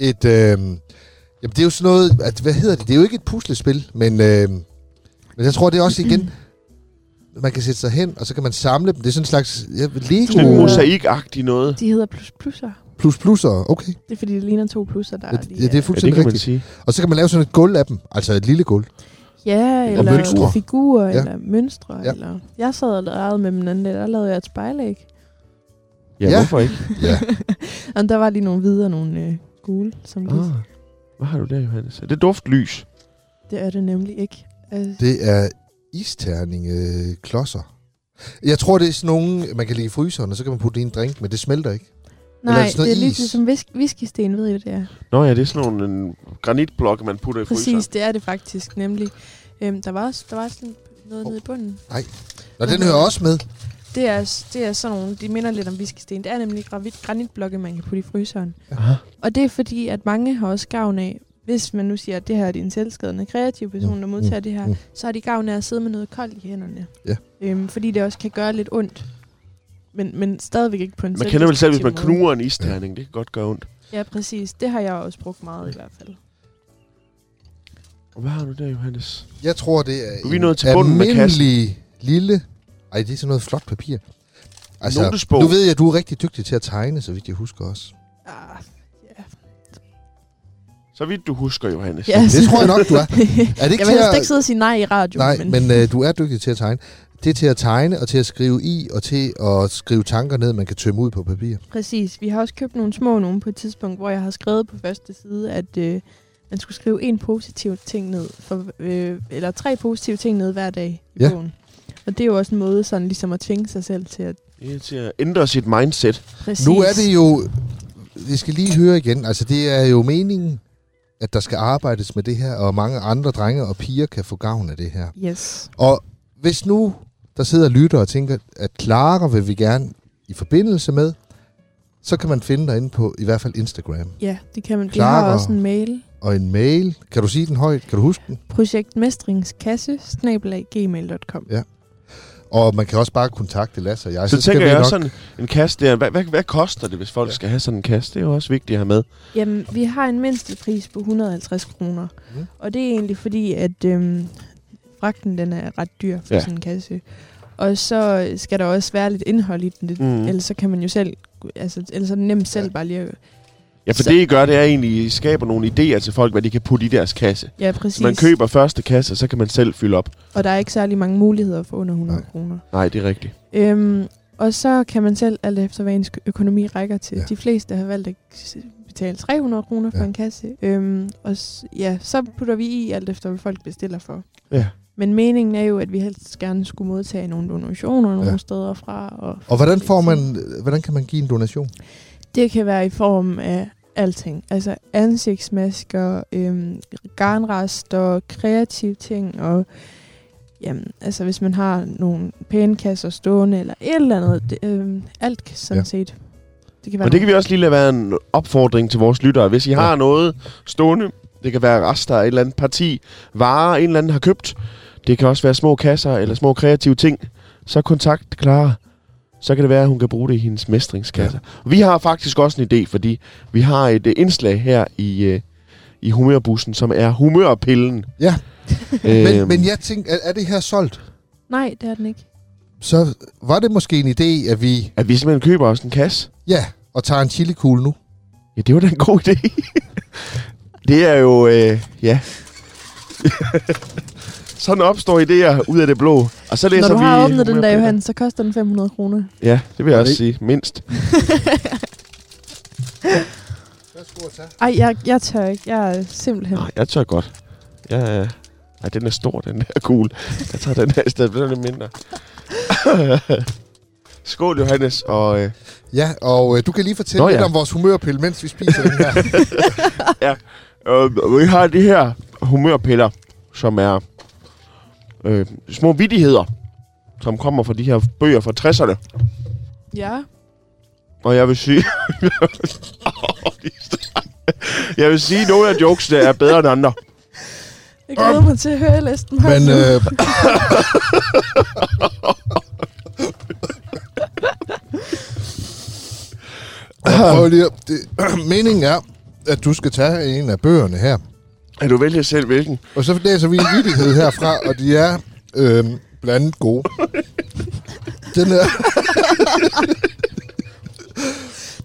Speaker 2: et... Øh, jamen, det er jo sådan noget... At, hvad hedder det? Det er jo ikke et puslespil, men, øh, men jeg tror, det er også igen... Man kan sætte sig hen, og så kan man samle dem. Det er sådan en slags ja,
Speaker 1: Sådan en
Speaker 2: Lego
Speaker 3: Sådan mosaic.
Speaker 1: mosaikagtig noget.
Speaker 3: De hedder plus plusser.
Speaker 2: plus plusser. Okay,
Speaker 3: Det er fordi, det ligner to plusser, der
Speaker 2: ja,
Speaker 3: er
Speaker 2: ja,
Speaker 3: lige...
Speaker 2: det er
Speaker 1: Ja, det
Speaker 2: fuldstændig
Speaker 1: kan man
Speaker 2: rigtigt.
Speaker 1: sige.
Speaker 2: Og så kan man lave sådan et gulv af dem. Altså et lille gulv.
Speaker 3: Ja,
Speaker 1: Og
Speaker 3: eller
Speaker 1: mønstre.
Speaker 3: figurer, figurer
Speaker 2: Ja.
Speaker 3: ja. eller mønstre.
Speaker 2: Ja.
Speaker 3: Ja. Eller... Jeg sad og lavede med min anden dag, der lavede jeg et spejlæg.
Speaker 1: Ja,
Speaker 2: Ja.
Speaker 1: hvorfor ikke?
Speaker 2: Ja.
Speaker 3: Og der var lige nogle hvide og nogle øh, gule, som ah.
Speaker 1: Ah, hvad har du der, Johannes? Er det duftlys?
Speaker 3: det er det nemlig ikke. Altså,
Speaker 2: Det er isterningeklodser. Jeg tror, det er sådan nogle, man kan lægge i fryseren, og så kan man putte det i en drink, men det smelter ikke.
Speaker 3: nej,
Speaker 2: sådan noget
Speaker 3: det er lige
Speaker 2: is?
Speaker 3: ligesom whisk- whiskysten, ved I, hvad det er.
Speaker 1: Nå ja, det er sådan nogle en granitblok, man putter i fryseren.
Speaker 3: Præcis, det er det faktisk nemlig. Øhm, der var også der var sådan noget
Speaker 2: Hov.
Speaker 3: nede i bunden.
Speaker 2: Nå, den hører også med.
Speaker 3: Det er, det er sådan nogle, de minder lidt om whiskysten. Det er nemlig gravit- granitblokke, man kan putte i fryseren.
Speaker 1: Aha.
Speaker 3: Og det er fordi, at mange har også gavn af, hvis man nu siger, at det her er din selvskadende kreative person, der modtager det her,
Speaker 2: mm.
Speaker 3: så har de gavn af at sidde med noget koldt i hænderne.
Speaker 2: Ja.
Speaker 3: Øhm, fordi det også kan gøre lidt ondt. Men, men stadigvæk ikke på en
Speaker 1: Man kender vel selv, hvis man
Speaker 3: selvdestruktiv måde.
Speaker 1: knuger en isterning. Det kan godt gøre ondt.
Speaker 3: Ja, præcis. Det har jeg også brugt meget i hvert fald.
Speaker 1: Og hvad har du der, Johannes?
Speaker 2: Jeg tror, det er
Speaker 1: Nu er vi nået til bunden med kassen.
Speaker 2: almindelig lille... Ej, det er sådan noget flot papir. Altså,
Speaker 1: Notesbog.
Speaker 2: nu ved jeg, at du er rigtig dygtig til at tegne, så vidt jeg husker også.
Speaker 3: Ah, ja.
Speaker 1: Så vidt du husker, Johannes.
Speaker 3: Ja,
Speaker 2: Det tror jeg nok, du er. Er det ikke
Speaker 3: Altså. jeg vil
Speaker 2: til
Speaker 3: helst
Speaker 2: at...
Speaker 3: ikke sidde og sige nej i radioen.
Speaker 2: Nej, men øh, du er dygtig til at tegne. Det er til at tegne og til at skrive i og til at skrive tanker ned, man kan tømme ud på papir.
Speaker 3: Præcis. Vi har også købt nogle små nogle på et tidspunkt, hvor jeg har skrevet på første side, at øh, man skulle skrive en positiv ting ned, for, øh, eller tre positive ting ned hver dag i
Speaker 2: Ja.
Speaker 3: ja. bogen. Og det er jo også en måde sådan ligesom at tvinge sig selv til at
Speaker 1: Det er til at ændre sit mindset.
Speaker 3: præcis.
Speaker 2: Nu er det jo, vi skal lige høre igen, altså det er jo meningen, at der skal arbejdes med det her, og mange andre drenge og piger kan få gavn af det her.
Speaker 3: Yes.
Speaker 2: Og hvis nu der sidder lytter og tænker, at Clara vil vi gerne i forbindelse med, så kan man finde dig inde på i hvert fald Instagram.
Speaker 3: Ja, det kan man. Vi
Speaker 2: Klar,
Speaker 3: har også
Speaker 2: og-
Speaker 3: en mail.
Speaker 2: Og en mail, kan du sige den højt? Kan du huske den?
Speaker 3: Projektmestringskasse, snabelag, gmail.com.
Speaker 2: Og man kan også bare kontakte Lasse og jeg.
Speaker 1: Altså, Så, så
Speaker 2: skal
Speaker 1: tænker
Speaker 2: vi
Speaker 1: jeg
Speaker 2: nok-
Speaker 1: også sådan en kasse der. Hvad, hvad, hvad koster det, hvis folk
Speaker 2: Ja.
Speaker 1: ja. skal have sådan en kasse? Det er jo også vigtigt at have med.
Speaker 3: Jamen, vi har en mindstepris på 150 kroner.
Speaker 2: Mm.
Speaker 3: Mm. Og det er egentlig fordi, at øhm, fragten den er ret dyr
Speaker 1: Ja.
Speaker 3: for ja. sådan en kasse. Og så skal der også være lidt indhold i den. Lidt, mm.
Speaker 1: Mm.
Speaker 3: Ellers så kan man jo selv... Altså, ellers er det nemt selv
Speaker 2: Ja.
Speaker 3: ja. bare lige at...
Speaker 1: Ja, for
Speaker 3: Så-
Speaker 1: så... det I gør, det er egentlig, I skaber nogle idéer til folk, hvad de kan putte i deres kasse.
Speaker 3: Ja, præcis.
Speaker 1: Så man køber første kasse, og så kan man selv fylde op.
Speaker 3: Og der er ikke særlig mange muligheder for under 100
Speaker 2: Nej.
Speaker 3: kroner.
Speaker 1: Nej, det er rigtigt.
Speaker 3: Øhm, og så kan man selv, alt efter hvad ens økonomi rækker til.
Speaker 2: Ja.
Speaker 3: Ja. De fleste har valgt at s- betale 300 kroner for
Speaker 2: Ja.
Speaker 3: ja. en kasse. Øhm, og s- ja, så putter vi i alt efter, hvad folk bestiller for.
Speaker 1: Ja.
Speaker 3: Men meningen er jo, at vi helst gerne skulle modtage nogle donationer nogle
Speaker 2: Ja.
Speaker 3: steder fra. Og,
Speaker 2: Og hvordan, får man, hvordan kan man give en donation?
Speaker 3: Det kan være i form af alting. Altså ansigtsmasker, øhm, garnrester, kreative ting og... Jamen, altså hvis man har nogle pænkasser stående eller et eller andet. Det, øhm, alt kan sådan
Speaker 2: Ja.
Speaker 3: ja. set. Det kan
Speaker 1: Og det kan vi også lige lade være en opfordring til vores lyttere. Hvis I
Speaker 2: Ja.
Speaker 1: har noget stående, det kan være rester af et eller andet parti, varer en eller anden har købt, det kan også være små kasser eller små kreative ting, så kontakt Clara. Så kan det være, at hun kan bruge det i hendes mestringskasser. Ja. Vi har faktisk også en idé, fordi vi har et øh, indslag her i, øh, i humørbussen, som er humørpillen.
Speaker 2: Ja. Men,
Speaker 1: Øhm,
Speaker 2: men jeg tænker, er, er det her solgt?
Speaker 3: Nej, det er den ikke.
Speaker 2: Så var det måske en idé, at vi
Speaker 1: At vi simpelthen køber os en kasse.
Speaker 2: Ja, og tager en chilikugle nu.
Speaker 1: Ja, det var da en god idé. det er jo, øh, ja. Sådan opstår idéer ud af det blå. Og så
Speaker 3: Når
Speaker 1: læser
Speaker 3: du
Speaker 1: vi
Speaker 3: har åbnet den der,
Speaker 1: humørpiller.
Speaker 3: Johan, så koster den 500 kroner.
Speaker 1: Ja, det vil jeg også
Speaker 2: det
Speaker 1: sige. Mindst.
Speaker 3: Ej, jeg, jeg tør ikke. Jeg er simpelthen...
Speaker 1: Nej, jeg tør godt. Jeg, øh, ej, den er stor, den der kugle. Jeg tager den her i stedet, for den er mindre. Skål, Johannes. Og, øh,
Speaker 2: Ja, og øh, du kan lige fortælle Nå,
Speaker 1: Nå
Speaker 2: ja.
Speaker 1: ja.
Speaker 2: lidt om vores humørpille, mens vi spiser den her.
Speaker 1: øh, vi har de her humørpiller, som er øh, små vidtigheder, som kommer fra de her bøger fra 60'erne.
Speaker 3: Ja.
Speaker 1: Og jeg vil sige... jeg vil sige, at nogle af jokesene er bedre end andre.
Speaker 3: Jeg glæder mig til at høre listen.
Speaker 2: Men øh, prøv lige at, det, meningen er, at du skal tage en af bøgerne her.
Speaker 1: Kan du vælge selv, hvilken?
Speaker 2: Og så læser vi en vittighed herfra, og de er øh, blandt andet gode. Den er...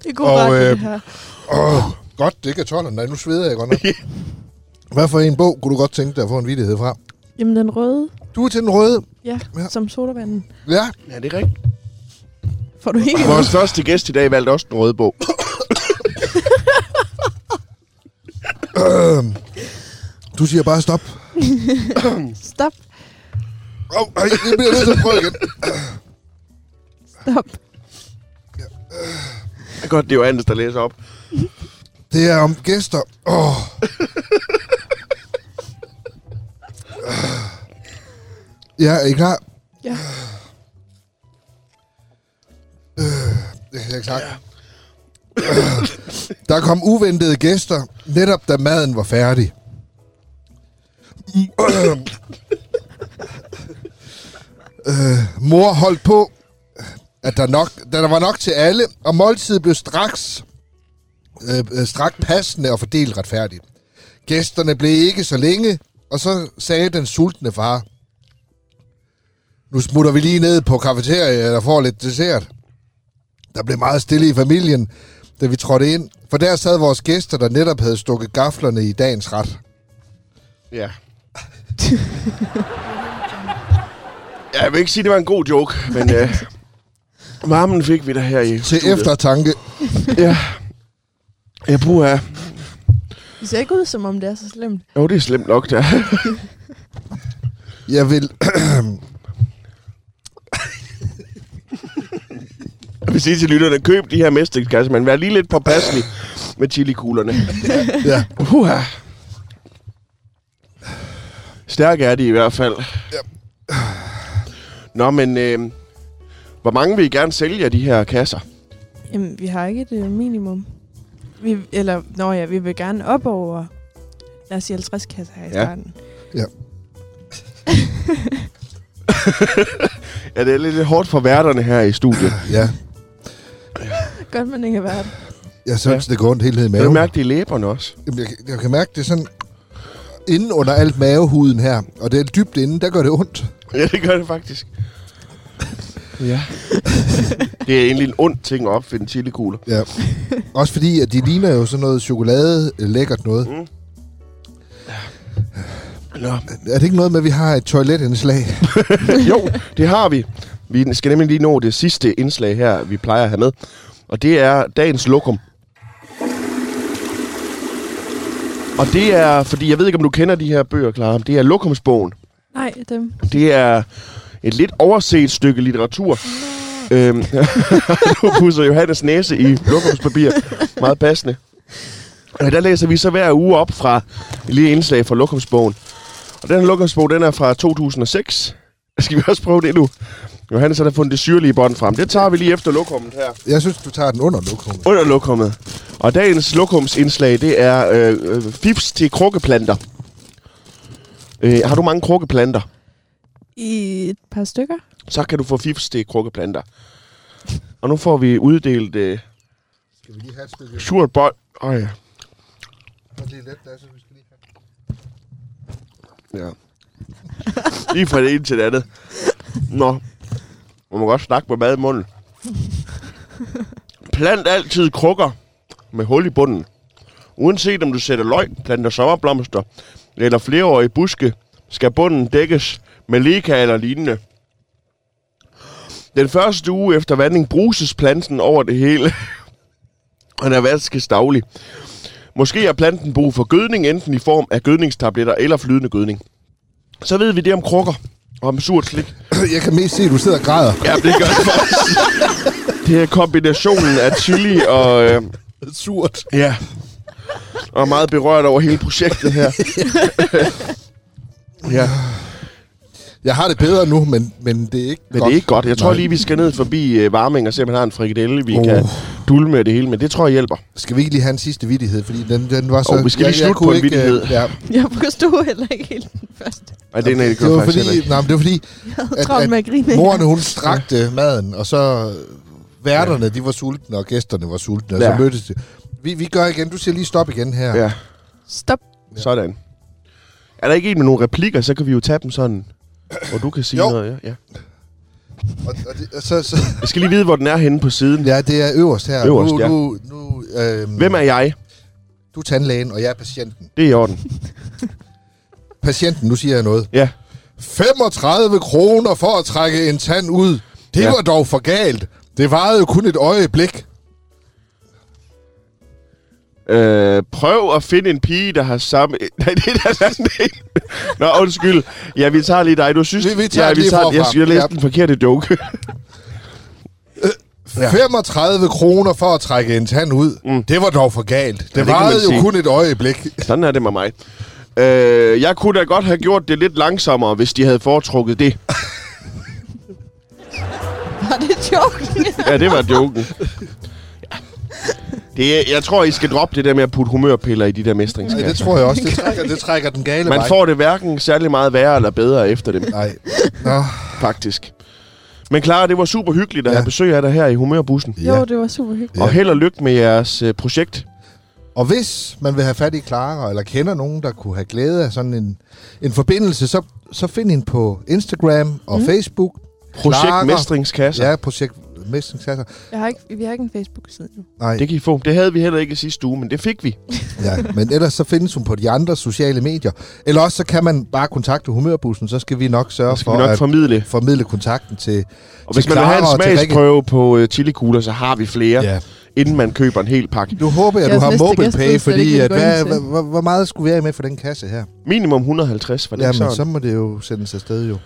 Speaker 3: det er god
Speaker 2: og,
Speaker 3: ret,
Speaker 2: øh,
Speaker 3: det her.
Speaker 2: Åh, godt, det kan 12'eren. Nej, nu sveder jeg godt nok. Hvad for en bog kunne du godt tænke dig at få en vittighed fra?
Speaker 3: Jamen, den røde,
Speaker 2: Du er til den røde.
Speaker 3: ja,
Speaker 2: Ja.
Speaker 3: ja. som sodavanden.
Speaker 2: Ja,
Speaker 1: Ja, det er rigtigt.
Speaker 3: Får du ikke
Speaker 1: Vores første gæst i dag valgte også den røde bog.
Speaker 2: du siger bare stop.
Speaker 3: Stop,
Speaker 2: Åh, oh, jeg bliver nødt til at prøve igen.
Speaker 3: stop.
Speaker 1: Det er godt, det er jo Anders, der læser op.
Speaker 2: Det er om gæster. Åh. Ja, er I klar?
Speaker 3: Ja.
Speaker 2: Det er klart. Der kom uventede gæster, netop da maden var færdig. øh, mor holdt på, at der, nok, da der var nok til alle, og måltidet blev straks, øh, øh, straks passende og fordelt retfærdigt. Gæsterne blev ikke så længe, og så sagde den sultne far, nu smutter vi lige ned på kafeteriet og får lidt dessert. Der blev meget stille i familien, da vi trådte ind, for der sad vores gæster, der netop havde stukket gaflerne i dagens ret.
Speaker 1: Ja. Ja, jeg vil ikke sige, at det var en god joke, men øh, varmen fik vi da her i
Speaker 2: Til
Speaker 1: studiet.
Speaker 2: eftertanke.
Speaker 1: Ja. Jeg bruger af.
Speaker 3: Det ser ikke ud, som om det er så slemt.
Speaker 1: Jo, det er slemt nok, der.
Speaker 2: Jeg vil...
Speaker 1: Jeg vil sige til lytterne, køb de her mæstingskasser, men vær lige lidt påpasselig med chilikuglerne.
Speaker 2: ja.
Speaker 1: Uha. Stærke er de i hvert fald.
Speaker 2: Ja.
Speaker 1: Nå, men øh, hvor mange vil I gerne sælge af de her kasser?
Speaker 3: Jamen, vi har ikke et øh, minimum. Vi, eller, nå ja, vi vil gerne op over, lad os sige 50 kasser her
Speaker 1: Ja.
Speaker 3: i starten.
Speaker 1: Ja, det er lidt hårdt for værterne her i studiet.
Speaker 2: ja.
Speaker 3: Godt, man ikke har været.
Speaker 2: Jeg synes, ja. det går ondt hele tiden i
Speaker 1: Jeg kan
Speaker 2: maven.
Speaker 1: mærke det i læberne også.
Speaker 2: Jamen, Jeg, kan- jeg kan mærke det sådan... Inden under alt mavehuden her, og det er dybt inde, der gør det ondt.
Speaker 1: Ja, det gør det faktisk. Ja. det er egentlig en ond ting at opfinde chilikugler.
Speaker 2: Ja. Også fordi, at de ligner jo sådan noget chokolade, øh, lækkert noget.
Speaker 1: Nå.
Speaker 2: Er det ikke noget med, at vi har et toiletindslag?
Speaker 1: Jo, det har vi. Vi skal nemlig lige nå det sidste indslag her, vi plejer at have med. Og det er dagens lokum. Og det er, fordi jeg ved ikke, om du kender de her bøger, Clara. men Det er lokumsbogen.
Speaker 3: Nej, dem.
Speaker 1: Det er et lidt overset stykke litteratur. Øhm, nu pusser Johannes næse i lokumspapir. Meget passende. Øh, Der læser vi så hver uge op fra et lille indslag fra lokumsbogen. Og den her lokumsbog, den er fra 2006. Skal vi også prøve det nu? Johannes har da fundet det syrlige bånd frem. Det tager vi lige efter lokummet her.
Speaker 2: Jeg synes, du tager den under lokum.
Speaker 1: Under lokummet. Og dagens lokumsindslag, det er øh, øh, fifs til krukkeplanter. Øh, har du mange krukkeplanter?
Speaker 3: I et par stykker.
Speaker 1: så kan du få fifs til krukkeplanter. Og nu får vi uddelt øh,
Speaker 2: Skal vi lige have et stykke?
Speaker 1: surt bold. Åh ja.
Speaker 2: Lige lidt, Lasse, vi skal lige have.
Speaker 1: ja. Lige fra det ene til det andet. Nå. Man må godt snakke med mad i munden. Plant altid krukker med hul i bunden. Uanset om du sætter løg, planter sommerblomster eller flereårige buske, skal bunden dækkes med leka eller lignende. Den første uge efter vanding bruses planten over det hele, og den er vaskes daglig. Måske har planten brug for gødning, enten i form af gødningstabletter eller flydende gødning. Så ved vi det om krukker og om surt slik.
Speaker 2: Jeg kan mest se, at du sidder og græder.
Speaker 1: Ja, det gør det faktisk. Det er kombinationen af chili og... Øh,
Speaker 2: Surt.
Speaker 1: ja. Og er meget berørt over hele projektet her. ja.
Speaker 2: Jeg har det bedre nu, men, men det er ikke
Speaker 1: Men
Speaker 2: godt.
Speaker 1: det er ikke godt. Jeg tror
Speaker 2: Nej.
Speaker 1: lige, vi skal ned forbi øh, varming og se, om han har en frikadelle, vi
Speaker 2: Uh.
Speaker 1: kan dulme med det hele. Men det tror jeg hjælper.
Speaker 2: Skal vi ikke lige have en sidste vittighed? Fordi den, den var så...
Speaker 1: Åh, vi skal lige slutte
Speaker 2: kunne
Speaker 1: på en
Speaker 2: ikke, øh,
Speaker 1: vittighed.
Speaker 2: Ja,
Speaker 3: Jeg forstod heller ikke helt den første.
Speaker 1: Ej, det er en, jeg
Speaker 2: det var
Speaker 1: faktisk heller
Speaker 2: fordi,
Speaker 1: ikke.
Speaker 2: nej, men det var fordi
Speaker 3: Jeg havde
Speaker 2: At- at
Speaker 3: travlt med at grine.
Speaker 2: moren, hun strakte maden, og så værterne, de var sultne, og gæsterne var sultne, og
Speaker 1: Ja.
Speaker 2: så mødtes de. Vi, vi gør igen. Du siger lige stop igen her.
Speaker 1: Ja,
Speaker 3: Stop.
Speaker 1: sådan. Er der ikke en med nogle replikker, så kan vi jo tage dem sådan, hvor du kan sige
Speaker 2: Jo.
Speaker 1: noget. Ja. ja.
Speaker 2: Og, og, det, og så, så,
Speaker 1: Jeg skal lige vide, hvor den er henne på siden.
Speaker 2: ja, det er øverst her.
Speaker 1: Øverst,
Speaker 2: nu,
Speaker 1: ja.
Speaker 2: nu, nu, øhm,
Speaker 1: Hvem er jeg?
Speaker 2: Du er tandlægen, og jeg er patienten.
Speaker 1: Det er i orden.
Speaker 2: Patienten, nu siger jeg noget.
Speaker 1: Ja.
Speaker 2: 35 kroner for at trække en tand ud. Det
Speaker 1: Ja.
Speaker 2: ja. var dog for galt. Det varede jo kun et øjeblik.
Speaker 1: Øh, prøv at finde en pige, der har samme... Nej, det er der sådan en. Nå, undskyld. Ja, vi tager lige dig. Du synes...
Speaker 2: Vi- vi tager
Speaker 1: ja,
Speaker 2: lige
Speaker 1: Jeg, jeg,
Speaker 2: forfra.
Speaker 1: jeg læste
Speaker 2: Ja.
Speaker 1: den forkerte joke.
Speaker 2: Ja. 35 kroner for at trække en tand ud.
Speaker 1: Mm.
Speaker 2: Mm. Det var dog for galt. Det,
Speaker 1: kan
Speaker 2: det
Speaker 1: man
Speaker 2: varede jo
Speaker 1: sige.
Speaker 2: kun et øjeblik.
Speaker 1: Sådan er det med mig. Øh, jeg kunne da godt have gjort det lidt langsommere, hvis de havde foretrukket det.
Speaker 3: Var det joken?
Speaker 1: Ja, det var joken. Ja. Det, er- jeg tror, I skal droppe det der med at putte humørpiller i de der
Speaker 2: Ja, det
Speaker 1: mestringskasser.
Speaker 2: tror jeg også. Det trækker, det trækker den gale
Speaker 1: Man
Speaker 2: vej.
Speaker 1: får det hverken særlig meget værre eller bedre efter dem,
Speaker 2: Nej. Nå.
Speaker 1: faktisk. Men Clara, det var super hyggeligt at
Speaker 2: Ja.
Speaker 1: have besøg af dig her i Humørbussen.
Speaker 3: Jo, det var super hyggeligt.
Speaker 1: Og held og lykke med jeres øh, projekt.
Speaker 2: Og hvis man vil have fat i Clara, eller kender nogen, der kunne have glæde af sådan en, en forbindelse, så, så find hende på Instagram og mm. Facebook.
Speaker 1: Projekt
Speaker 2: Clara.
Speaker 1: Mestringskasser.
Speaker 2: Ja, projekt Mestringskasser.
Speaker 3: Jeg har ikke, vi har ikke en Facebook-side nu.
Speaker 2: Nej,
Speaker 1: Det kan I få. Det havde vi heller ikke i sidste uge, men det fik vi.
Speaker 2: ja, men ellers så findes hun på de andre sociale medier. Eller også så kan man bare kontakte Humørbussen, så skal vi nok sørge
Speaker 1: Det skal
Speaker 2: for
Speaker 1: vi nok
Speaker 2: at
Speaker 1: formidle.
Speaker 2: formidle kontakten til
Speaker 1: Og hvis man vil have en
Speaker 2: Clara og til Rikke.
Speaker 1: smagsprøve på øh, chilikugler, så har vi flere,
Speaker 2: Ja.
Speaker 1: inden man køber en hel pakke.
Speaker 2: Nu håber jeg, at du
Speaker 3: Jeres
Speaker 2: har
Speaker 3: næste
Speaker 2: mobile
Speaker 3: gæst ved
Speaker 2: pay,
Speaker 3: slet
Speaker 2: fordi
Speaker 3: ikke,
Speaker 2: at,
Speaker 3: hvad vi går
Speaker 2: hvad,
Speaker 3: ind til.
Speaker 2: hvad, hvor, hvor meget skulle vi have med for den kasse her?
Speaker 1: Minimum 150, var det ikke
Speaker 2: Jamen, så
Speaker 1: sådan?
Speaker 2: må det jo sendes afsted jo.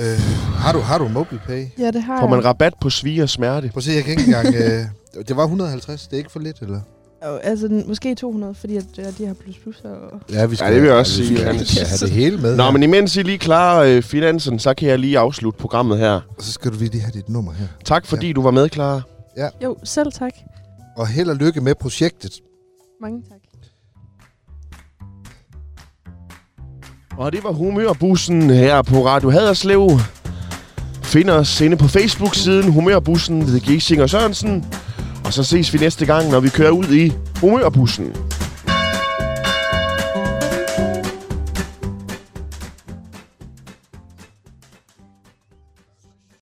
Speaker 2: Øh, har du, har du mobile pay?
Speaker 3: Ja, det har
Speaker 1: Får man
Speaker 3: jeg.
Speaker 1: rabat på svig og smerte?
Speaker 2: Prøv at se, jeg kan ikke engang... øh, det var 150, det er ikke for lidt, eller?
Speaker 3: Og, altså, den- måske 200, fordi at, ja, de har plus plus. Og...
Speaker 2: Ja, vi
Speaker 1: det vil jeg også sige,
Speaker 2: vi Skal, vi
Speaker 1: Johannes.
Speaker 2: skal have det hele med.
Speaker 1: Nå,
Speaker 2: her.
Speaker 1: men imens I lige klarer øh, finansen, så kan jeg lige afslutte programmet her.
Speaker 2: Og Så skal du lige have dit nummer her.
Speaker 1: Tak fordi du var med, Clara.
Speaker 3: Jo, selv tak.
Speaker 2: Og held og lykke med projektet.
Speaker 3: Mange tak.
Speaker 1: Og det var Humørbussen her på Radio Haderslev. Find os inde på Facebook-siden Humørbussen ved Giesinger Sørensen. Og så ses vi næste gang, når vi kører ud i Humørbussen.